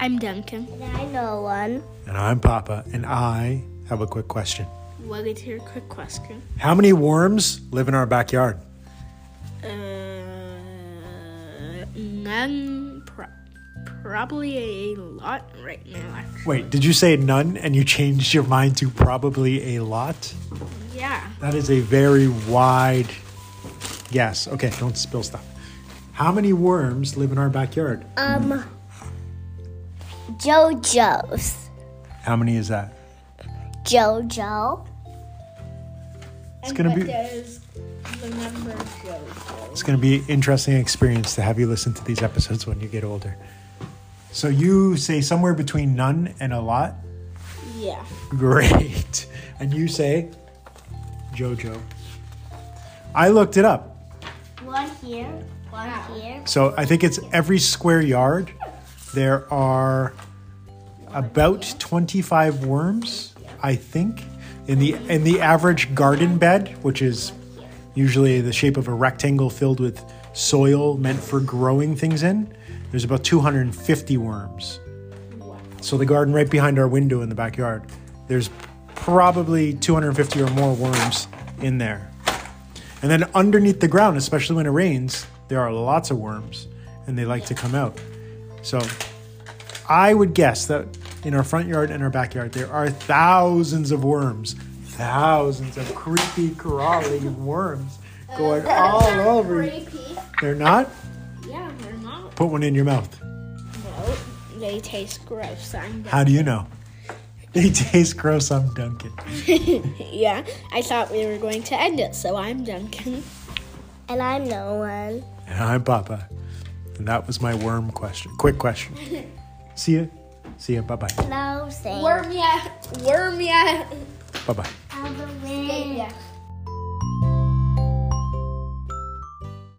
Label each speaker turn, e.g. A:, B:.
A: I'm Duncan.
B: I know one.
C: And I'm Papa, and I have a quick question.
A: What is your quick question?
C: How many worms live in our backyard?
A: Uh, none. Pro- probably a lot right now. actually.
C: Wait, did you say none and you changed your mind to probably a lot?
A: Yeah.
C: That is a very wide guess. Okay, don't spill stuff. How many worms live in our backyard?
B: Um, JoJo's.
C: How many is that?
B: JoJo.
C: It's gonna be
A: Does the number go?
C: it's gonna be an interesting experience to have you listen to these episodes when you get older. So you say somewhere between none and a lot?
A: Yeah.
C: Great. And you say JoJo. I looked it up.
B: One here, one here.
C: So I think it's every square yard, there are about 25 worms, I think, in the in the average garden bed, which is usually the shape of a rectangle filled with soil meant for growing things in. There's about 250 worms. So the garden right behind our window in the backyard, there's probably 250 or more worms in there. And then underneath the ground, especially when it rains, there are lots of worms and they like to come out. So I would guess that in our front yard and our backyard, there are thousands of worms, thousands of creepy, crawly worms going all over. you.
B: Creepy.
C: They're not?
A: Yeah, they're not.
C: Put one in your mouth.
A: No, they taste gross. I'm done.
C: How do you know? They taste gross. I'm Duncan.
A: Yeah, I thought we were going to end it, so I'm Duncan.
B: And I'm no one.
C: And I'm Papa. And that was my worm question. Quick question. See ya. See ya. Bye bye.
B: No, say.
A: Worm yeah, worm yeah.
C: Bye bye.
B: Out the way.